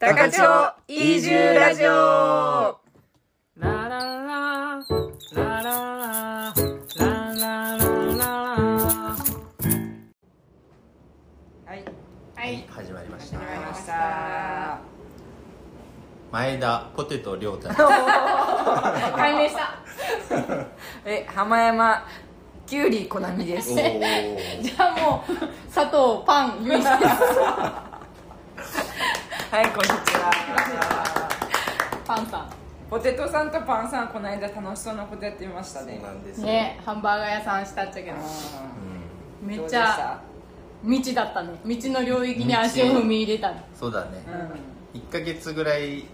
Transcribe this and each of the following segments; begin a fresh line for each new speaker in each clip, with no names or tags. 高千穂移住ラジオ
ララララララララララ
はい
はい、始まりました。
始まりました
前田ポテト亮太。
解明した
え浜山きゅうりこなみです
おー
じゃあもう佐藤パンゆい さん
はいこんにちは
パンさ
ポテトさんとパンさんこの間楽しそうなことやってましたね
なんです
んねハンバーガー屋さんしたっちゃけど
うん
うん
め
どう
っ
でし
ち
た
ゃ道だったね道の領域に足を踏み入れたね
そうだね
う。ん
一ヶ月ぐらい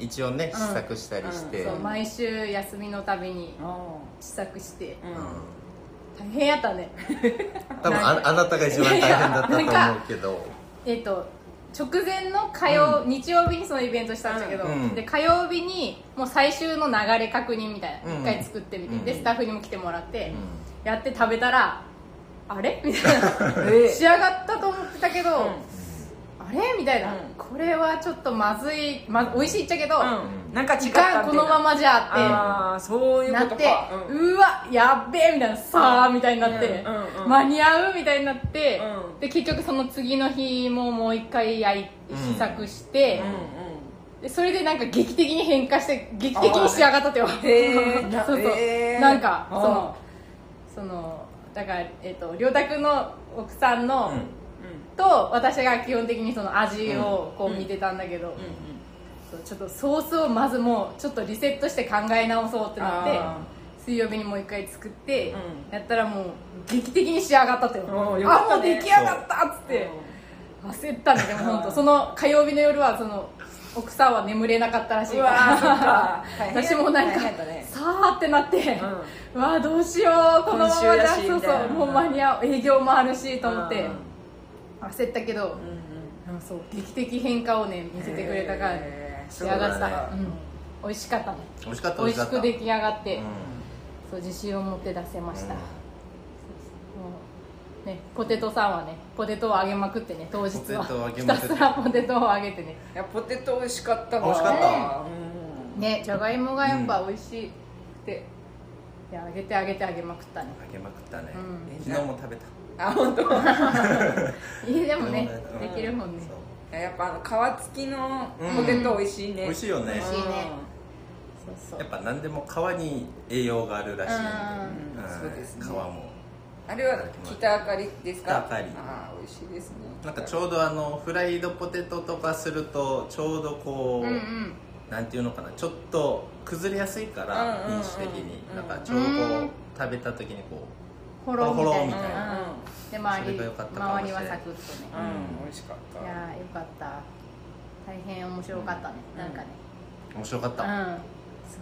一応ね
うん
試作したりして。
そううん毎週休みのたびに
お
試作して
ーうん
大変やったね
多分ああなたが一番大変だったと思うけど。
えっと直前の火曜、日曜日にそのイベントしたんだけど、
うん
で火曜日にもう最終の流れ確認みたいな、
うん
一回作ってみて、
うん
でスタッフにも来てもらって、
う
やって食べたらあれみたいな
え
仕上がったと思ってたけど、
うん
あれみたいな、
うん
これはちょっとまずい、ま、美味しいっちゃけど、
うんなんか違
時
った
間このままじゃって
ああーそういう
な
こ
っ
と
て
かう、ん
うわやっべえみたいなさあみたいになって、
うんうんうん
間に合うみたいになって、
うん
で結局その次の日ももう一回焼い
うん
試作して
う、ん
でそれでなんか劇的に変化して劇的に仕上がったってよ
へ ー
そうそう、
へー
なんか
う
そ
ん
のそのだからえっ、と良太君の奥さんの、
ん
と私が基本的にその味をこう見てたんだけど、
うんうんうん
そうちょっとソースをまずもうちょっとリセットして考え直そうってなって
あ
水曜日にもう一回作って、
う
やったらもう劇的に仕上がったとよ
おーよかっ
あ
たね
もう出来上がったっつって焦ったんだけど本当その火曜日の夜はその奥さんは眠れなかったらしいうか
わーそっから大変
私もなんか
大変だね
さあってなって、うわあどうしようこのままじ
今週
ゃ
だし
そう
みたい
そう
な
もう間に合う営業もあるしと思って
うん
焦ったけど、うんそう劇的変化をね見せてくれたから
へー
仕上がっ
そう
た、
だ
う
ね
ん、美味しかったね
美味しかった
美味しく出来
き
上がって、
うん
そう自信を持って出せました、
うん
もうね、ポテトさんはねポテトを揚げまくってね当日は
ポテトを揚げ
ひ
ま
た
くって
すらポテトを揚げてね
いやポテト美味しかったわ
美味しかった
うん
ねじゃがいもがやっぱ美味しくて、いや揚げて揚げて揚げまく ったね
揚げまくったね
うん。
昨日も食べた。
あ本当。
家でもね
うん
できるもんね
そう
やっぱあの皮付きのポテト美味しいね、
美味しいよね
美。味しいねそうそ
やっ
う
ぱ何でも皮に栄養があるらしいんで
うんそうですね
皮も。
うんあれは北あかりですか
北あかり
ああ美味しいですね
なんかちょうどあのフライドポテトとかするとちょうどこう、
うんうん
なんていうのかなちょっと崩れやすいから、
うんうんうん
品種的に、
うん
なんかちょうどこう、
うん
食べた時にこ
ほろみたい
ほろみ
な
たいな
うんで
そ
周
れ
り
が良かったかも
周
し
り
れな
はいサクッ
うん、
とね
うん、美味しかっ
い
た
やーよかった大変面白かったね、
うん
なんかね
う面白かっ
う
た、
んそう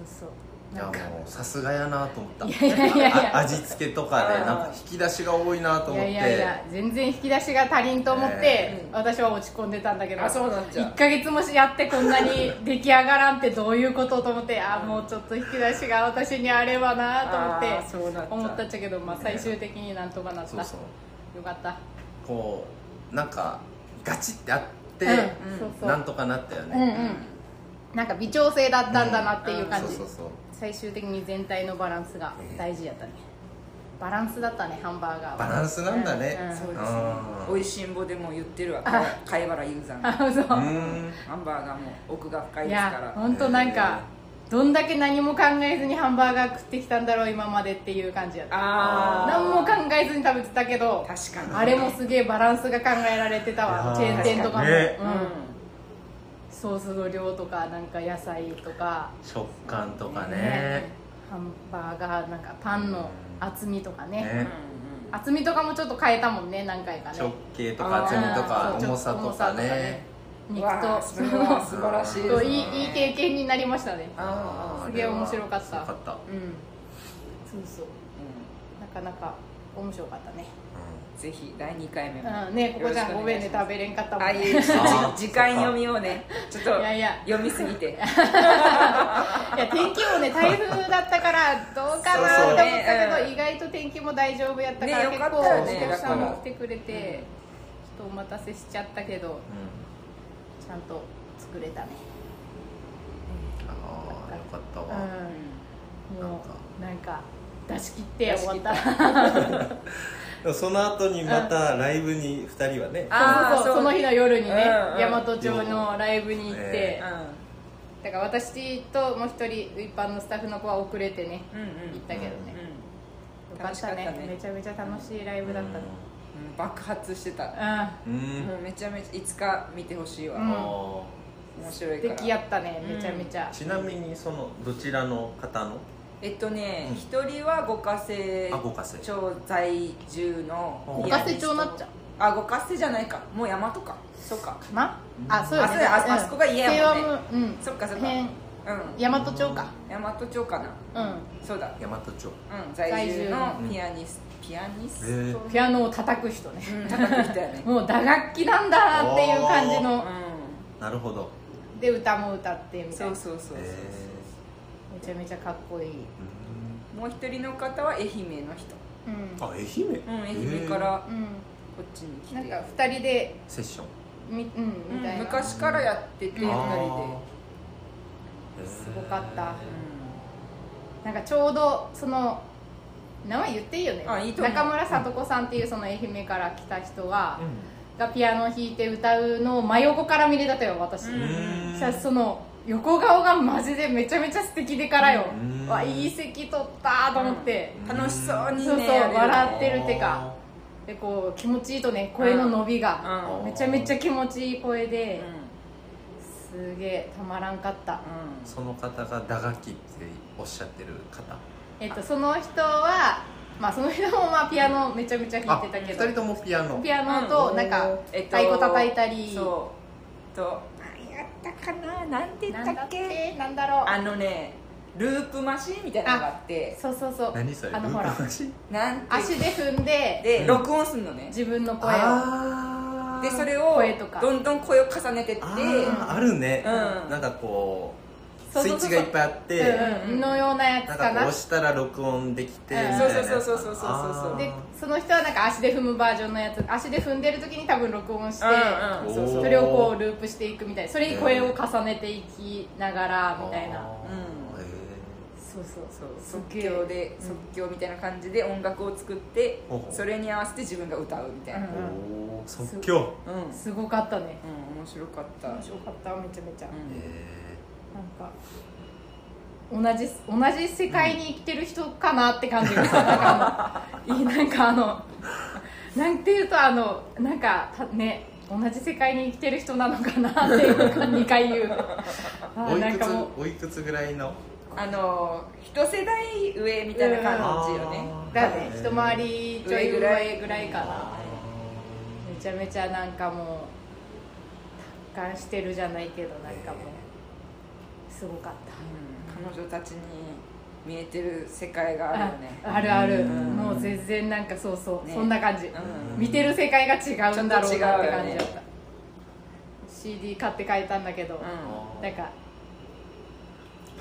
そう
いや
なんか
もうさすがやなと思った
いやいやいやいや
あ味付けとか
う
で
ん
なんか引き出しが多いなと思
い
っ
や
て
いやいや全然引き出しが足りんと思って、
え
え
私は落ち込んでたんだけど
あそうなんじゃ
1ヶ月もやってこんなに出来上がらんってどういうことと思ってあーもうちょっと引き出しが私にあればな
あー
と
そ
思
う
っ
なっち
て
ゃう
思ったっちゃけど、まあ、最終的になんとかなった
そうそう
よかった
こうなんかガチってあって、
うんそうそう
なんとかなったよ
うんう
ね、
んなんか微調整だったんだなっていう感じ、
そうそうそう
最終的に全体のバランスが大事やったねバランスだったねハンバーガーは
バランスなんだね
うんうん
そうですね
あー
美味しんぼでも言ってるわ貝原雄山ハ
あそ
う
う
ーん
ンバーガーも奥が深い
い
ですか
や
ら
本当なんか、どんだけ何も考えずにハンバーガー食ってきたんだろう今までっていう感じやった
ああ
何も考えずに食べてたけど
確かに
あれもすげえバランスが考えられてたわ
あー
チェーン店とか
確か
も、
にね
う
うんん、
ソースの量とかなんか野菜とか
食感とかね
ハンバーガーなんかパンの厚みとかね
ね
うん
厚みとかもちょっと変えたもんね何回かね
直径とか厚みと
う
か
んそう
重さとかね
重
う
さ
わ
と
あそれは素晴らしい
肉
で
と
す
い
ね
いいい経験になりましたね
あ
すげえ面白かった
よかった、うん
うんそうそうなかなか面白かったね
うんぜひ第2回目も
うんねここちゃんごめんね
よろしくお願いします
食べれんかったも
あ
ん
い
ね
い
い
ちょっと
あー
時間読みをねちょっと
やいや
読みすぎて
や天気もね台風だったからどうかなと思ったけど意外と天気も大丈夫やったから
ね
結
よかっ
構お
たよね
客さん
だ
も
から
来てくれてちょっとお待たせしちゃったけどちゃんと作れたね
あーよかったわ、
うん
なん
も
か
うなんか出し切って終わった
でもその後にまたライブに2人はね
あー
そうそう
そう
その日の夜にね、
うんうん
大和町のライブに行って、
ね
だから私ともう一人一般のスタッフの子は遅れてね、
うんうん
行ったけどね、よか
楽
っ
したかった
ね
ね
めちゃめちゃ楽しいライブだったの
うん爆発してた
うんうん
もうめちゃめちゃいつか見てほしいわ、
うん
あ
面
う
白
ん
い
素
から
敵やったね
うん
めちゃめちゃ
ー、ちなみにそのどちらの方の
えっとね
うん
一、人は五ヶ瀬
あ五ヶ瀬
町在住の
五ヶ瀬町になっちゃう
あ五ヶ瀬じゃないかもう大和かそうか
なあそうよね
あそうやああそこが家やもんね
平和もうん
そっかそっか
辺
うん
大和町か
大和町かな
う
そうだ
大和町
うん在住のピアニスピアニス
え
んピアノを叩く人ね
うん叩く人や ね
もう打楽器なんだっていう感じ
う
の
ん
なるほど
で歌も歌ってみたい
そう
な
そうそうそう
え
めちゃめちゃかっこいい
もう一人の方は愛媛の人
うん
ー、あ愛媛
うん愛媛から
う
こっちに来
ん
て
なんか2人で
セッション
みうんみたい
うん
な
昔からやってて
うん
二
あー
人
すごかった
で
なんかちょうどその名前言っていいよね
あいいと思う
中村聡子さんっていうその愛媛から来た人が,、
う
がピアノを弾いて歌うのを真横から見れたとよ私、
うん
ん
さその横顔がマジでめちゃめちゃ素敵でからよ、
うん
わいい席取ったと思って、
うん楽しそうにね
そうそう
やるよね
笑ってるてかでこう気持ちいいとね声の伸びが、
うん
うん
めちゃめちゃ気持ちいい声で、
う
すげえたまらんかった、
んうん
その方が打楽器っておっしゃってる方
えっと、その人は、まあ、その人もまあピアノめちゃめちゃ弾いてたけ
二
ど
人ともピアノ
ピアノとなんか
えっと
太鼓叩いたり、
そうと何やったかななんて言
な
った
んだ
っ
っ
け
けなんだろう
あのねループマシーンみたいなのがあって
そうそうそう
何それ
あのほら
昔
なんて
足で踏んで
で
うん
録音すんのね
自分の声を
あー
でそれを
声とか
どんどん声を重ねてって
あーあるね、
うん
なんかこう
そう
スイ
そう
ッ
そう
チがいっぱいあって、
うんうんのようなやつ
なん
か
かこう
な
押したら録音できて、
うん
みたいなやつ
そうそうそうそうそうそうそう
でその人はなんか足で踏むバージョンのやつ足で踏んでる時に多分録音して、
うんうん
おー
そうそう
それをこうループしていくみたいそれに声を重ねていきながらみたい
う
な、
ん
へ
そうそう
そう
すっ
即
げえ
興で
うん
即興みたいな感じで音楽を作って
ほうほう
それに合わせて自分が歌うみたいな
う
うん
ん
おー即興
うんうん
すごかったね
面白かった
面白かっためちゃめちゃ、
うん
え
なんか同じ同じ世界に生きてる人かなって感じがした、なんかあのいいなんかあのなんていうとあのなんかたね同じ世界に生きてる人なのかなっていうか2回言うあ
お
ー
い
な
く
ん
つ
かもう
おいくつぐらいの
あの一世代上みたいな感じよね
だね一回りちょい
上
ぐ
ぐ
ら
らい
いぐらいかなめちゃめちゃなんかもう達観してるじゃないけどなんかもうすごかった
うん彼女たちに見えてる世界があるよね
ああるある
うん
もう全然なんかそうそう、
ね
そんな感じ、
うん
見てる世界が違うんだろうなって感じだ
ちょっと違うよ
った、CD 買って帰ったんだけど、
う
なんか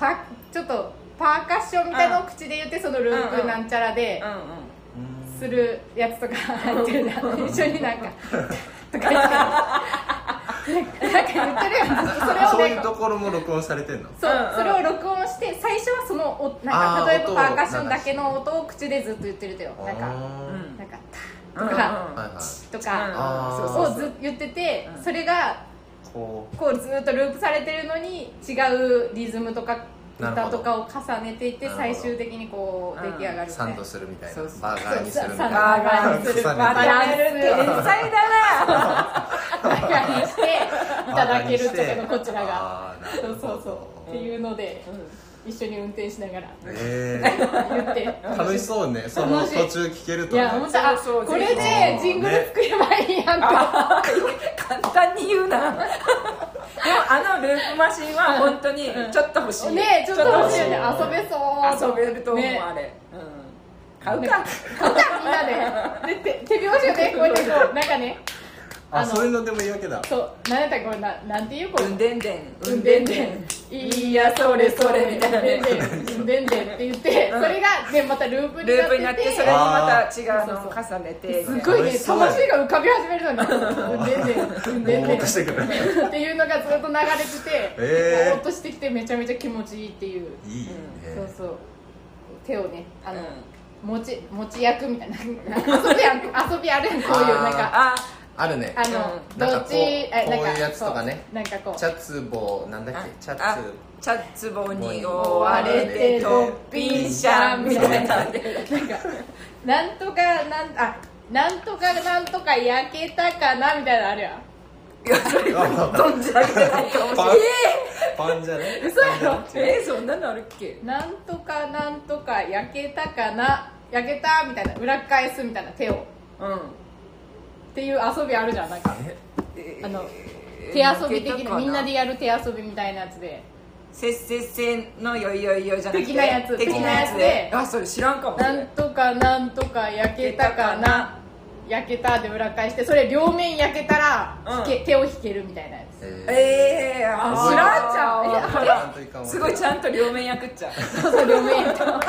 パちょっとパーカッションみたいなのを口で言ってそのループなんちゃらで
んうんうん
するやつとか 入ってるじゃん一緒になんかとか言ってなんかなんか言ってるやんずっとそれを
そう
ね
いうところも録音されてんの
そう、
うんうん
それを録音して最初はそのおなん
あ
か
ー
例えば
音を
パーカッションだけの音を口でずっと言ってるとよなんか
あー
なんか「タ
うん
ッ」とか
はいはい
「とか
あー
をず言ってて
うん
それが
こ
こうずっとループされてるのに違うリズムとか
なる
歌
ほど
とかを重ねていって
なるほ
最
ど
終的にこう出来上がるみた
サ
い
ン
な
ドするみたいな
そうそう
バーガーにするみ
そ
た
う
い
そう
バ
サ
な
ーガーにするバランス天才だな
バカにしていただけるっていうの
バカにして
こちらが
あーな
そ
る
う
ほ
そ
ど
うそうっていうので一緒に運転しながら
えー
言って
楽しそうねその
楽しい
途中聞ける
い
とね
や本当あ
そうそう
これで
ぜ
ひ
ジングル作ればいいやんって
簡単に言うなでもあのループマシンは本当にちょっと欲しい
ねちょっと楽しいよ
ち
ね
ょっと
遊べそう
遊べると思う
ね
あれうん買うか
買うかみんなでで手手拍子をねこうやってこうなんかね
あ
あの
そういうのでもいいわけだ
そうなんやったらこれななんていうこれ
うんでんでん
うんでんでん
いやそれそれみたいなね
でんでんでんでんって言って
うん
それがでまたループに
ル
なっ
ー
て
プ
て
になってそれにまた違う
そう
のを
そう
重ねて
すごいね
楽しそうや
魂が浮かび始めるのにでんでんでんでん
ぼ
で
ー
ん
っとしてくる
っていうのがずっと流れてて、
えー
ぼーっとしてきてめちゃめちゃ気持ちいいっていう、
いいね
そうそう手をねあ
あ
の、
の
持ち持ち役みたいな遊びやん遊びあるやんこういうなんか
あ
あるね
あの、
うん
ど
なんか
っ
こう
ちえ
こういうやつとかね
そうなんかこう
チャツボなんだっ
あ
けチャ
あ
ツ
チャッツボに追われて
追わ
トッ
れて
ピンシャンみたいな
なんかなんとかなんあなんとかなんとか焼けたかなみたいなのあるやん
いやそれ存じ上げてないかもしれ
パ
な
ン
い
パンじゃね
嘘やろ
パンじゃね
えーそんなのあるっけ
なんとかなんとか焼けたかな焼けたみたいな裏返すみたいな手をっ
うん
ていう遊びあるじゃんなんか
えー
あの
え
手
ー
遊び的
抜けた
な
か
みんなでやる手遊びみたいなやつで
せっせっせのよいよいよじゃなくて
的なやつ
的なやつで
的なやつで
あそれ知らんかもね
なんとかなんとか焼けたかな焼けたで裏返してそれ両面焼けたら、引け手を引けるみたいなやつ
え
ええー、あー
知らんじゃん
いや
ー、なんというかもう
すごいちゃんと両面焼くっちゃう
そうそう両面焼けた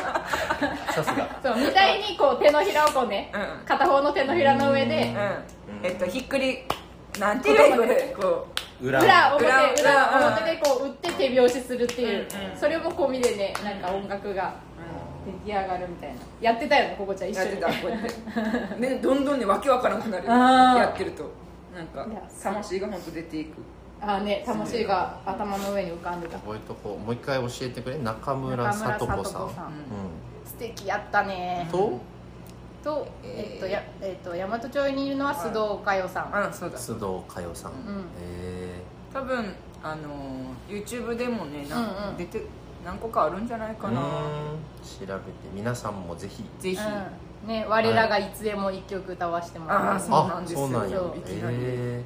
さすが
そうみたいにこう手のひらをこうね、
うん
片方の手のひらの上で、
うんえっとひっくりなんていうのこれこ
裏
裏表
裏
裏
裏
表でこう打って手拍子するっていう、
うんうん
それも込みでねなんか音楽が出来上がるみたいなやってたよねここちゃん
う
一
や
緒
って
に
たこうやってねどんどんねわけわからなくなるよ
あー
やってるとなんか
いや
魂が本当出ていく
ああね魂が頭の上に浮かんでた
覚えとこうもう一回教えてくれ中村
中
さ
村
と
聡
子
子
さん
さん、
ん
素敵やったね
うんと
と,、えっとやえっと大和町にいるのは須藤佳代さん、
あそうだ
須藤佳代さん、
ん
え
多分あのー YouTube でもねなん
うんうん
出て何個かあるんじゃない
ー、
か
う
な
ーん調べて皆さんもぜひ
ぜひ
うんね、我らがいつでも一曲歌わせてもら
あ
う
ーそうな
あ
んですよ
そうなんや
そう
いきなり
え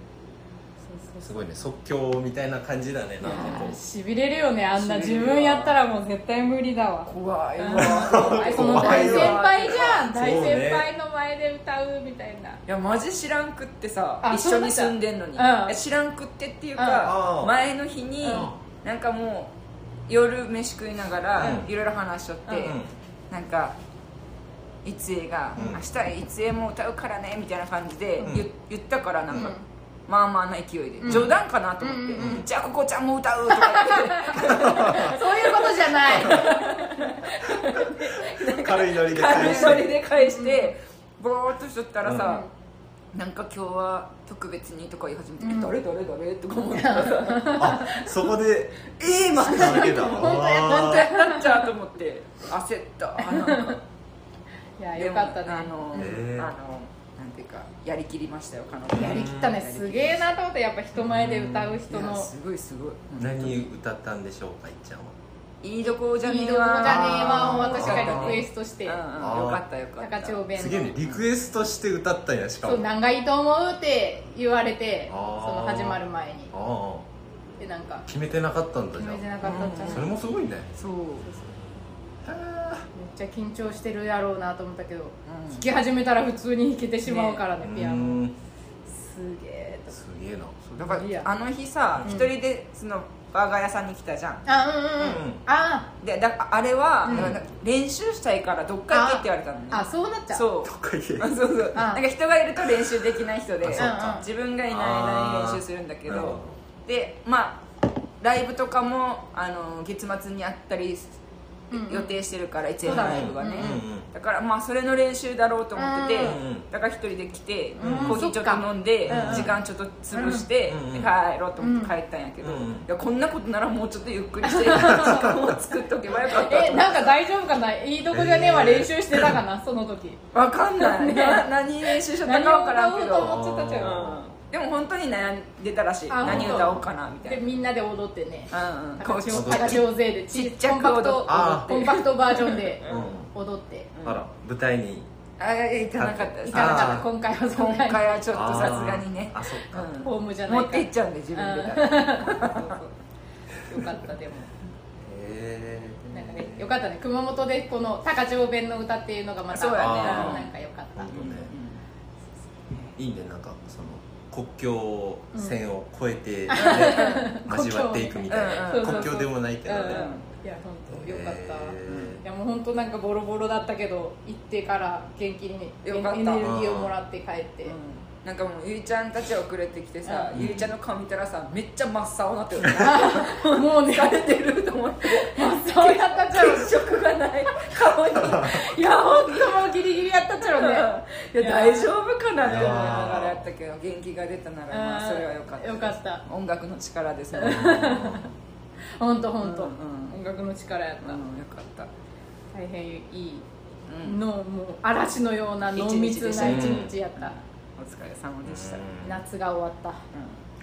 すごいね即興みたいな感じだねなんかこう
しびれるよねあんな
し
自
びれるわ
分やったらもう絶対無理だわ
怖いわ
その大先輩じゃん
怖い
大
わ
先輩の前で歌うみたいない
やマジ知らんくってさ
あ
一緒に住んでんのに、
そうなんだうん
え知らんくってっていう
うん
か、
うん
前の日に、
うん
なんかもう夜飯食いながら、
うん
いろいろ話しとって、
うん
なんかいつえが、
うん
明日いつえも歌うからね」みたいな感じで、
うん
言言ったからなんか、
うん
まあまあな勢いで、
うん
冗談かなと思って「
うんうん
じゃあここちゃんも歌う」とか
そういうことじゃない
軽いノリで
言
返
って
し
それ
て
で返して、ボーっとしとったらさ、なんか今日は特別にとか言い始めて「
うん
誰誰誰?」とか思って さ
あそこで
えー、ま
つなげた
本当や
本当
あ
やったっちゃうと思って焦ったあなんか
いや よかった
でもあ
ね
の、
へ
あ
ー
のなんていうかやりきりましたよ彼女
やりきったねすげえなと思ってやっぱ人前で歌う人
いや
の
すごいすごい
ー何歌ったんでしょうかいっちゃんはい
いどこじゃね
いい
え
とこじゃねえわを
わ
私がリクエストし
うん
て
うん、よかったよかった
高千穂弁
すげえね
の
リクエストして歌ったんやし
「
か
そう
もあ
何がいいと思う?」って言われてそ
あー
の始まる前に
あ
でなんか
決めてなかったんだじ
決
ゃ
めて
ん
なかったんじゃない
それもすごいね
そう
めっちゃ緊張してるやろうなと思ったけど
うん
弾き始めたら普通に弾けてしまうからね
う
ピアノ
ん
すげえと
すげえな
そうだか
いいや
らあの日さ
うん
一、人でそのバーガー屋さんに来たじゃん
あうんうんう
うんん
あ
でだあれは、
うん
だから練習したいからどっか行けって言われたのね
あそうなっちゃう
そう
とか
あ
言
そうそうなんか人がいると練習できない人で
あ
そうか
自分がいない間に練習するんだけ
あーなるほ
どでまあライブとかもあの月末にあったり
うんうん
予定してるからいつや
そうだ
の
ね
ライブがね
うんうん
だからまあそれの練習だろうと思ってて
うん
うんうん
だから一人で来て
うん
コーヒーちょっと飲んで
そっかうんうん
時間ちょっと潰して
うん
で帰ろうと思って帰ったんやけど
うんうん
いやこんなことならもうちょっとゆっくり して時間を作っとけばよかったと
え
思って
なんか大丈夫かないいとこじゃねえは練習してたかなその時
わかんないな何練習しとった
何
か
を
わからん
歌お
け
う
ど
と思っちゃったじゃん
うんでも本当に悩んでたらしい
あ
何
本当
歌おうかなみた
で
い
みんなで踊ってね
なうんうんこ
高
う
千
ち
穂
踊って
高千穂勢で
ちっちゃく
コンパク
踊
ト
あ
コンパクトバージョンで
うん
踊って
あら舞台に
あ行かなかったで
行
す
かなかっ
あ
た
ー
今回はそ
今
んなに
回はちょっとさすがにね
あーあそっか
うん
ホームじゃない
持って行っちゃうんで自分でだから
よかったで
へ
も
え
なんかねよかったね熊本でこの高千穂弁の歌っていうのがまた
そうやね
なんかよかった
本当ねいいねなんかその国境線を越えて、ね
ん
交わっていくみたいな、
うんうん
そうそう
国境でもないけどね、
いや本当よかった、
え
いやもう本当なんかボロボロだったけど行ってから元気にエ
よかった
エネルギーをもらって帰って、
なんかもうゆいちゃんたち遅れてきてさ、
う
ゆいちゃんの顔見たらさめっちゃ真っ青なってる
もうね
疲れてると思って
そうやったちゃろ
血色がない顔に
いや本当もうギリギリやったちゃろね
いや大丈夫かなって思いながら
いやー
やったけど元気が出たならまあそれは良かったです
よかった
音楽の力ですね
本当本当、
うんうん
音楽の力やっ
うん
た、
よかった
大変いい
うん
のもう嵐のような濃密な一日やった、
お疲れ様でした
夏が終わっ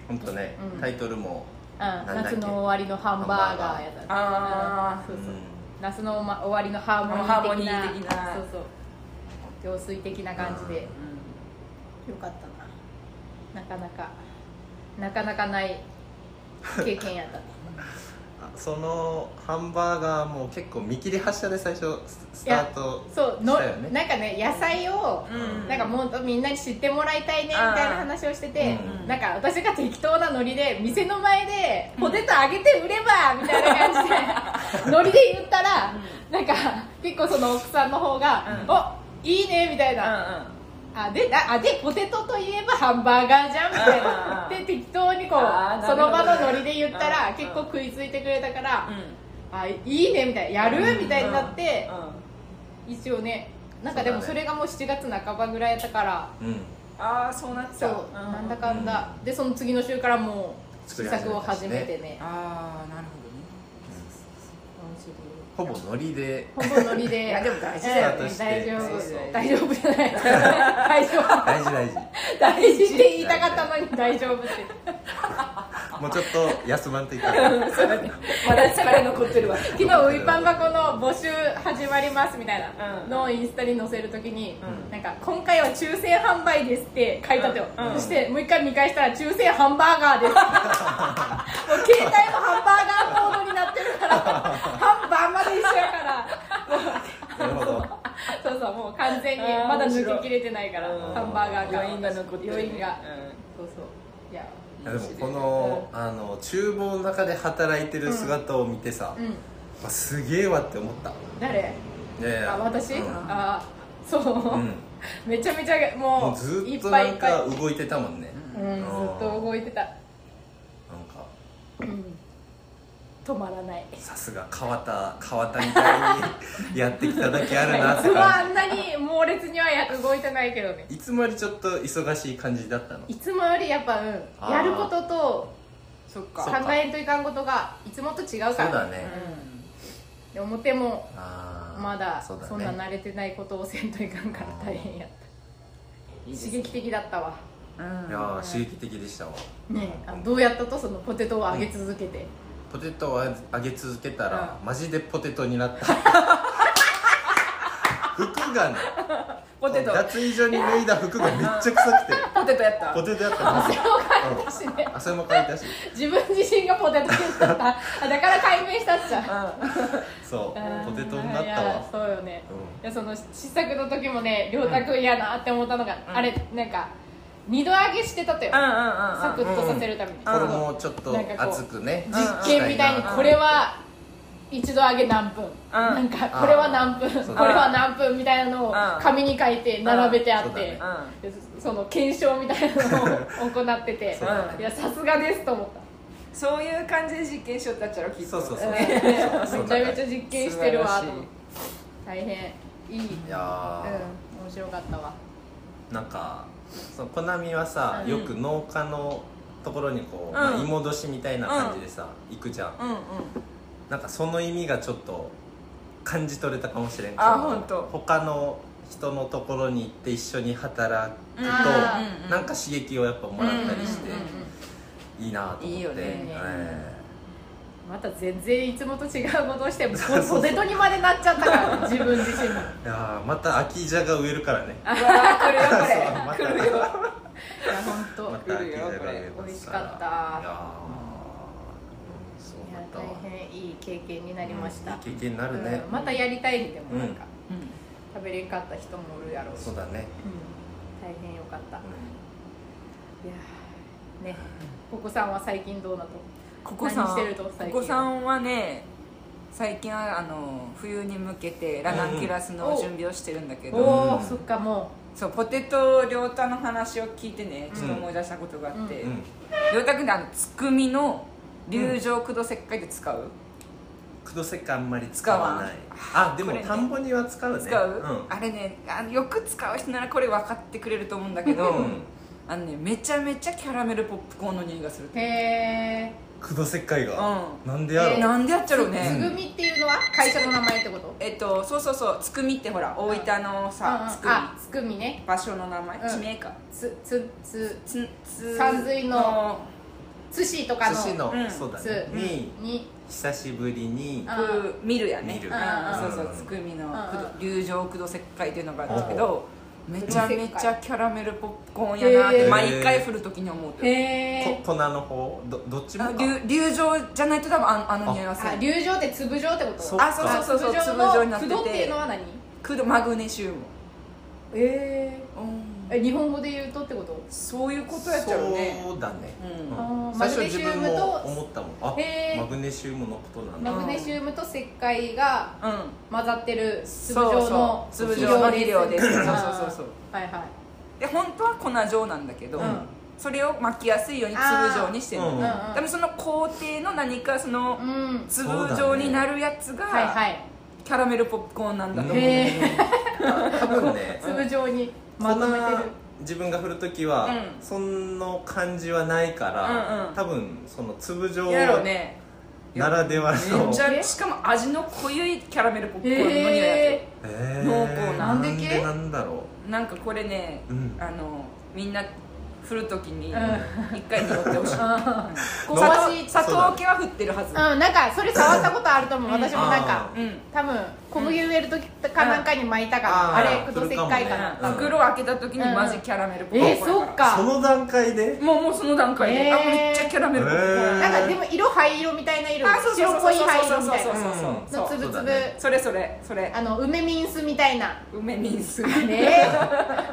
本当ね、
うん
タイトルも、
た、うん
んだっけ
夏の終わりのハンバーガーやった
あー
そう
うん
そう夏のま終わりのハーモニー的な
ハーモニー的な
そうそう浄水的な感じで、
う
よかったななかなかなかなかない経験やった ね
あそのハンバーガーも結構見切り発車で最初ススタート
そう
し
の
たよね
なんかね野菜を、
ん
なんかもっとみんなに知ってもらいたいねみたいな話をしてて、
うん
なんか私が適当なノリで店の前でポテトあげて売ればみたいな感じ でノリで言ったら、なんか結構その奥さんの方が「
うん
おいいね」みたい
ん
な、
うん
あでなあでポテトといえばハンバーガーじゃんみたいな
あー
で適当にこう
あーな
そ
る
の
ほど
場のノリで言った
う
ら
ん
結構食いついてくれたから
う、ん
あいいねみたいなやるみたいになって、
うんうん
一応ねなんかでも
そ
そう
だ
れがもう7月半ばぐらいだから
うん
ああそうなった
そう、
ん
なんだかんだ、でその次の週からもう試作を始めてね
ああなるほどね
ほぼノリで
本当ノリで
いやでも大事
うん
だよ
ね
大丈
そう
夫
そう
大丈夫じゃない 大丈夫
大事大事
大事って言いたかったのに大丈夫って
もうちょっと休まんといけない
まだ疲れ残ってるわ
昨日ウイパン箱の募集始まりますみたいな
うん
のをインスタに載せるときに、
うん
なんか今回は抽選販売ですって書いたとよ、
うん
そしてもう一回見返したら抽選ハンバーガーで すもう携帯もハンバーガーモードになってるからハンバーまで一緒やか
な
ら
るほど
そうそうもう完全に
あー
まだ抜けきれてないから
面白い
ハンバーガーが
余韻が残ってる
余韻が
うん
そうそういや
いやでもこのあの厨房の中で働いてる姿を見てさ、
うん
あすげえわって思った
誰
ね
あ私、
うん
あそう、
うん
めちゃめちゃも
も
う
うず
い
っ
っ
と
ぱい
ない
っ
ん
ぱい
か動いてたもんね
うん、ずっと動いてた、
なんか
うん、止まらない
さすが川田川田みたいにやってきただけあるなっ
いつ
て
もあ
感
んなに猛烈にはや動いてないけどね
じいつもよりちょっと忙しい感じだったの
いつもよりやっぱ、うん、
あー
やることと
そっか
考
そうか
えんといかんことがいつもと違うか
そう
ら
だね、
で表も
あー
まだ
そうだね
そんな慣れてないことをせんといかんから大変やった刺激的だったわ
うん
いやー刺激的でしたわ
ねあどうやったとそのポテトを揚げ続けて、
ポテトを揚げ続けたら、マジでポテトになった 服がね
ポテト
脱衣所に脱いだ服がめっちゃ臭くて
ポテトやった
ポテトやった
それを買いたしね
の汗もかいたし
自分自身がポテトになったあだから解明したっちゃ
そうポテトになった
いや
わ
そうよね、
うん
いやその試作の時もね亮太君嫌なって思ったのが、
ん
あれなんか二度揚げしてたとよ、
うんうんうん
サクッとさせるために、
ん
これもちょっと熱くね
なんかこう
実験みたいにこれは一度揚げ何分、なんかこれは何分
そう
これは何分みたいなのを
うん
紙に書いて並べてあって
うんうん
でその検証みたいなのを行って て
そう
だね
いやさすがですと思った
そういう感じで実験しよったっちゃろきっと
そうそうそう
うん
め
そう
ちゃめちゃ実験してるわ
素晴らしい
大変いい
いやー
うん、面白かったわ
なんかそのコナミはさ、
うん
よく農家のところにこう、
ん
まあ、芋年みたいな感じでさ、行くじゃん
うんうん
なんかその意味がちょっと感じ取れたかもしれん
あ
その
ほんと
他の人のところに行って一緒に働くと、
あ
ー
なんか刺激をやっぱもらったりして、
うんうん
いいなと思って
いいよね
え
また全然いつもと違うことをしてポ
そうそうそう
ポテトにまでなっちゃったから自分自身 も
えいやーまた秋じゃが植えるから ね
うわー来るよこれ
また
いや本当
また秋じゃが植えますら
美味しかった
いやーそう
い
だ
や
ったわ
大変いい経験になりました、
いい経験になるね、
うんまたやりたいでもなんか、
うん
食べれんかった人もおるやろうし
そうだね、
うん大変よかった、いやねここさんは最近どうだと
ここさん
何してると最近
ここさんはね最近はあの冬に向けてラナンキュラスの準備をしてるんだけど、
おおーそっかも
そうポテト亮太の話を聞いてねちょっと思い出したことがあって
うん
亮太君ってあのつくみの流浄駆動石灰で使う、
クドセッカあんまり使わないあでも
これね
田んぼには使うね
使う、
ん
あれねあのよく使う人ならこれ分かってくれると思うんだけど、
うん
あのねめちゃめちゃキャラメルポップコーンの匂いがする
うへえ
クドセッカイが
う
なんでやろ
え
う
なんでやっちゃろうね、
つぐみっていうのは会社の名前ってこと
えっとそうそうそうつくみってほら大分の
うん
さ
うん
つく
あ
み
つくみね
場所の名前、
うん
地名か
つつつ
つつ
山水のつしとかの
寿司の、
うん
そうだ
つ
ねに
に
久しぶりに
あ
く見るやね
見る
うん
うん
そうそうつくみの
うん
くど流浄駆動石灰っていうのがあるんだけどめちゃめちゃキャラメルポップコーンやなっ
へ
て
ー
毎回振る時に思うと
へ
流
こ
え
粉の方どどっちもか
流浄じゃないと多分あのあの匂いはす
あ
る
流状って粒状ってこと
そう
あそう
あ
そうそうそう
粒
粒
状
状
に
にな
な
っ
っ
てて
てっていうの
て
は何
くどマグネシウム
え
うん
え日本語で言うとってこと
そういうことやっちゃうね
そうだね、
うん
あー
最初自分も思ったもんあ
へー
マグネシウムのことなんだ
マグネシウムと石灰が
うん
混ざってる粒
そう
状
そ
の
う粒状の微量ですそうそう
あー
そうそう
はいはい
で本当は粉状なんだけど、
うん
それを巻きやすいように粒状にしてる
あーうん
の
うんうん
多分その工程の何かその
うん
粒状になるやつ
はい
が
はい
キャラメルポップコーンなんだと思う、
ね
へえ
多分ね
粒状に
粉
まとめてる
自分が振るときは、
うん
そんな感じはないから、
うんうん
多分その粒状
やろうね
ならではの
めっちゃしかも味の濃ゆいキャラメルポップコーンの匂いや
へ
け
え
えー
濃厚な
なん
なんで系
でなんだろ
なんかこれね、
うん
あのみんな振る時に
う
一回に乗ってほしい、うん
うん
こう
伸
砂
ば
し
糖砂糖系は振ってるはず、
うんなんかそれ触ったことあると思う私もなんか
あ
うん
多分小麦植える時かなんかに巻いたから
あー
あれ黒石灰か
う
なん
袋を開けた時にマジキャラメルポップコーン
え
や
ー
から、
そ
う
っ
そ
か
の段階で
もうもうその段階で、
えー
あめっちゃキャラメルポップコーンや
えー
なんかでも色灰色みたいな色
あそうそう
白
そ
っ
う
ぽ
そう
い灰色みたい
そう
な
そうそうそう
の
そう
粒
そうだ
々
ね
それそれそれ
あの梅ミンスみたい な
梅ミンス
あれ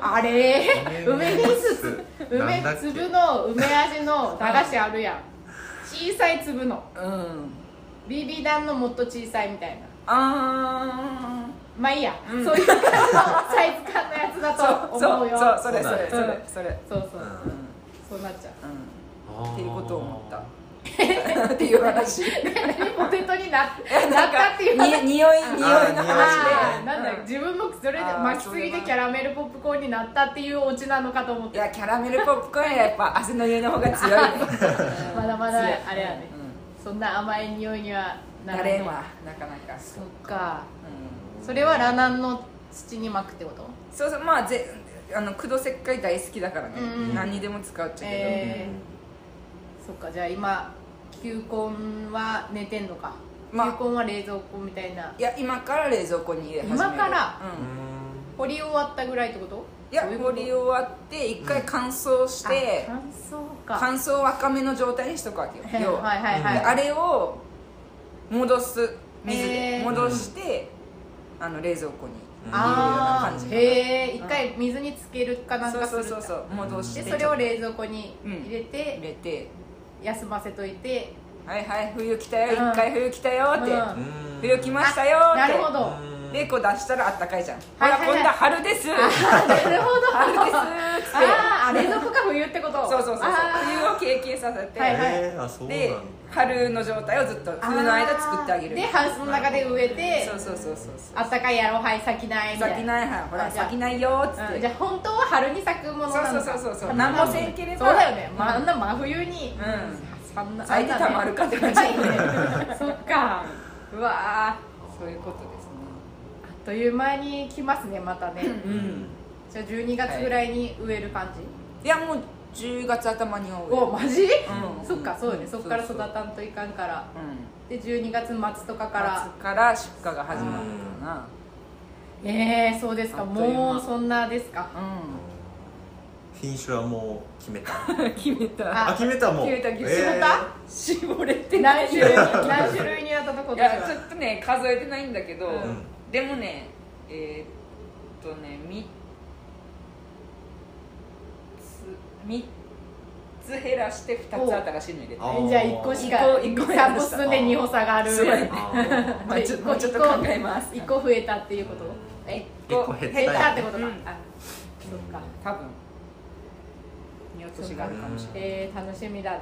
あれ梅ミンス
な
梅
んだっけ
粒の梅味の駄菓子あるやん小さい粒の
うん
BB 弾のもっと小さいみたいな
あ
まあいいや、
うん
そういう感じのサイズ感のやつだ
あ
と
そう
思
そうう
よ
そうそれ
そ
そう
だ
れ
ね
それそれ
そうそうう
う
ん
ん
そうなっ ちゃう
うんっていうことを思ったっていう話
ポテトにな
え
な
な
っ
ん
た
か
っていう
に匂い
話
匂いの
あ
話
ー
で
なんだ、
うん
自分もそれで巻きすぎてキャラメルポップコーンになったっていうオチなのかと思っ
い
て
やキャラメルポップコーンはやっぱ汗の匂いの方が強いねうん
まだまだ
強い
あれやね
うん
そんな甘い匂いにはな
な
ら
れんわなかなか
そっか
うん
それはラナンの土に巻くってこと
そうそうまあぜあの駆動石灰大好きだからね、
うん
何にでも使うっちゃけど、
えー、そっかじゃあ今球根は寝てんのか、
まあ
球根は冷蔵庫みたいない
や今から冷蔵庫に入れ始める
今から
うん
掘り終わったぐらいってこと
いや
どううこ
掘
と
り終わって一回乾燥して
あ、乾燥か
乾燥わかめの状態にしとくわけよ要は
はいはい
で
は
あ
い
れを戻す水
へ
で
ー
戻して、あの冷蔵庫に入れるような感じかな
あーへえ一回水につけるかなん
そ
か
う
す
そ
る
うんそ
だ
うそう戻して
でそれを冷蔵庫に入れ
入
て、
れて
休ませとい て
はいはい冬来たよ
うん
一回冬来たよって、
うん
うん
冬来ましたよ
あ
って
なるほど
うん
でこう出したらあったかいじゃん、
はいはいはい
ほら今度は春です
なるほど
春ですっつって
ああ冷蔵庫が冬ってこと
そうそうそうそう冬を
あー
経験させて、
はいはい
えーあそうなん
で
だ
春の状態をずっと冬の間作ってあげる
でハウスの中で植えて
そうそうそうそうそう
あったかいやろはい咲きないみたいな
咲きないはほ
あ
ら
じゃあ
咲きないよっつって、
うんじゃあ本当は春に咲くものなのか
そうそうそうそう
花
何もせんければ
そうだよね、まあ、あんな真冬に、
う
そんな
咲いてたまるかって感じ
あんなね高いね そっか
うわあそういうことですね
あっという間に来ますねまたね
うん
じゃあ12月ぐらいに植える感じ、
いやもう10月頭には終える
おマジ、
うん
そっかそうよね、
うん
そっから
そ
育
うそう
たんといかんから
うん
で12月末とかから
夏から出荷が始まるか
ええそうですか
あっという間
もうそんなですか
な
品種はもう決めた
うん 決め
あ
た
あ決めたもう
決めた決めた
え
絞れてない
何種 類に何種類に当たったこと
い
です
やちょっとね数えてないんだけど、
うん
でもねえーっとね3つ3つ減らして2つ新しいの入れて
お
じゃあ1個しか
一個一個
3歩進んで2歩差がある
すごいね
あ
まあちょもうちょっと考えます
1個増えたっていうことえ
1個減った
減ったってことか、
うん
あそっか
多分見落としがあるかもしれない
えー、楽しみだな
ー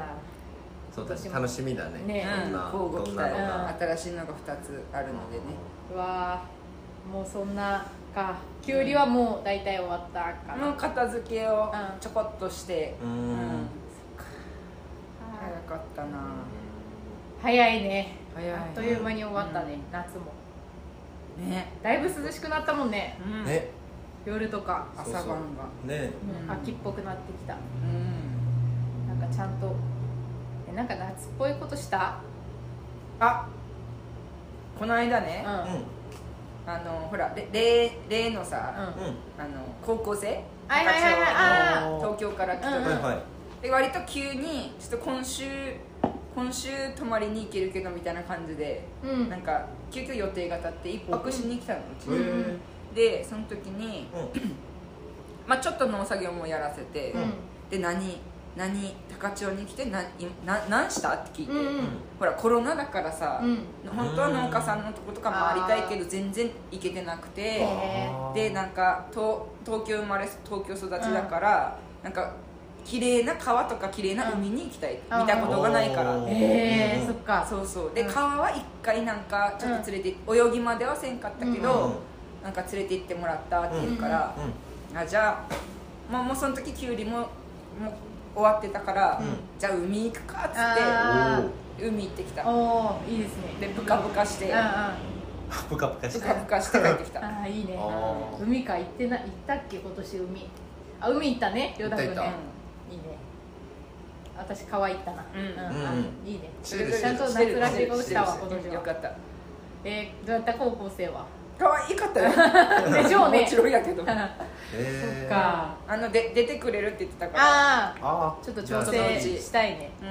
そうだね楽しみだね
ね
どんな
うん乞うご
どん
期
な
待
のが
新しいのが2つあるのでね
うわーもうそんなかきゅうりはもう大体終わったかな、
の片付けを
うん
ちょこっとして
うーん
うん
はい
早かったな
早いね
早い
あっという間に終わったね、夏も
ね
だいぶ涼しくなったもんね
うん
ね
夜とか、
朝晩が
ね
うん
秋っぽくなってきた
うん
なんかちゃんとえなんか夏っぽいことした
あこの間ね
うん、
うん
うん
あのほられ例例のさ
うん
あの高校生
はいはいはいはい
たち
あ
を東京から来た
うん
の
はいはい
で割と急にちょっと今週今週泊まりに行けるけどみたいな感じで
ーうん
なんか急遽予定が立って一泊しに来たのうちに
へー
でその時に、
うん
まあ、ちょっと農作業もやらせて、
うん
で何何高千穂に来て何な何したって聞いて、
うんうん
ほらコロナだからさ、
うん
本当は農家さんのとことか回りたいけど全然行けてなくて。
へー
でなんか東東京生まれ東京育ちだから、なんか綺麗な川とか綺麗な海に行きたい、
うん
見たことがないから、
うん
えー、そっ
あ
か
そうそうで、
うん
川は一回なんかちょっと連れて、泳ぎまではせんかったけど、なんか連れて行ってもらったっていうから、あじゃあ、まあ、もうその時きゅうりももう終わってたから、
うん
じゃあ海行くかっつ
あー
って海行ってきた
おーいいですね
でブカブカして、
うんうんあ
ぷかぷかし
ブ
て
カブカして帰ってきた、
ーいいね
あー
海か行ってな行ったっけ今年海あ海行ったねヨダ君ね
行った行っ
いいね私川行ったな
うん
あ
うん
いいね
してる
ちゃんと夏らしいことしたわ今
今
年
年よか
は
った
えー、どうやった高校生は
可愛かったよ
でしょうね
もちろんやけど
えー
か
あので出てくれるって言ってたから
あ
あ
あ
ー
ちょっと調
じゃあ
整したいね
うん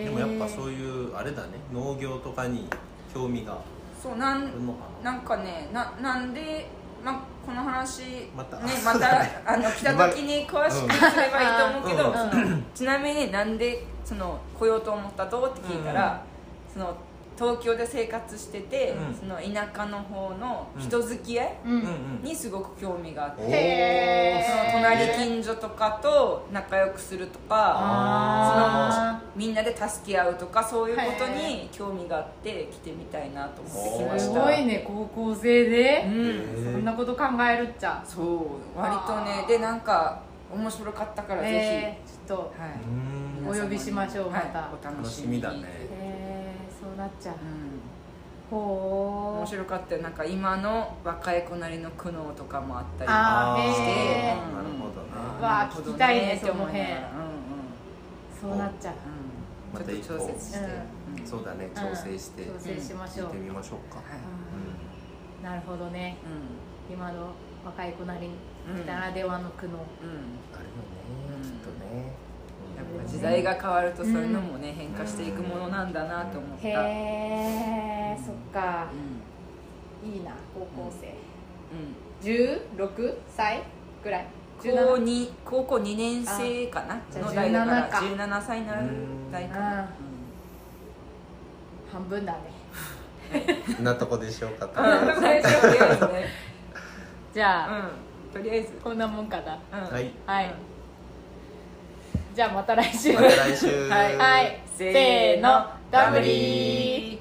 うん
へー
でもやっぱそういうあれだね農業とかに興味が
そうな
あ
ん
るのかな
なんかねななんで、ま、この話
また
ね、ま たあの来た時に詳しくすればいいと思うけど、
うん
うん
ちなみになんでその来ようと思ったとって聞いたら、その東京で生活してて、
うん
その田舎の方の人付き合い
うん
うんうん
にすごく興味があって、
おー
へ
その
ー
隣近所とかと仲良くするとか。
あー
みんなで助け合うとかそういうこと
へ
に興味があって来てみたいなと思ってきまし
す
た
ごいね高校生で
う、ん
そんなこと考えるっちゃ
そう割と
あー
ねでなんか面白かったからぜ
えー、ちょっと
ひ、は
う
い
ん
お呼びしましょう
はい
また
お楽
楽
し
し
み
み
に
だね
えー、そうなっちゃう
うん
ほ
面
ー
白かったよなんか今の若い子なりの苦悩とかもあったり
あー
ー
へ
ー
なるほどね
うん
わ
な
あ
るほど
聞きたいね
って思いながら
その
うん
そうなっちゃう
ま
うん
た
うん
一
ちょっと
個
調節して、
うん
うん
そうだね調整して
うん調整しましょ
行
う
ってみましょうか
はい
うんなるほどね
う
今の若い子なり
んうん
ならではの苦悩
うん
あるよねきっとね
やっぱ時代が変わるとそういうのもね、変化していくものなんだなと思った、うん
へえそっかいいな高校生16歳ぐらい
うん高
17
2高校2年生かな
じゃあ
の代だから
17か
17歳になる代かな、
半分だね
そんなとこでしょうかと
うん うん、最初とりあえずね、
じゃあ、
うん、とりあえず、
こんなもんかな
うん
はい
はい、じゃあまた来週
また来週
はい
はい、せーの、ダブリー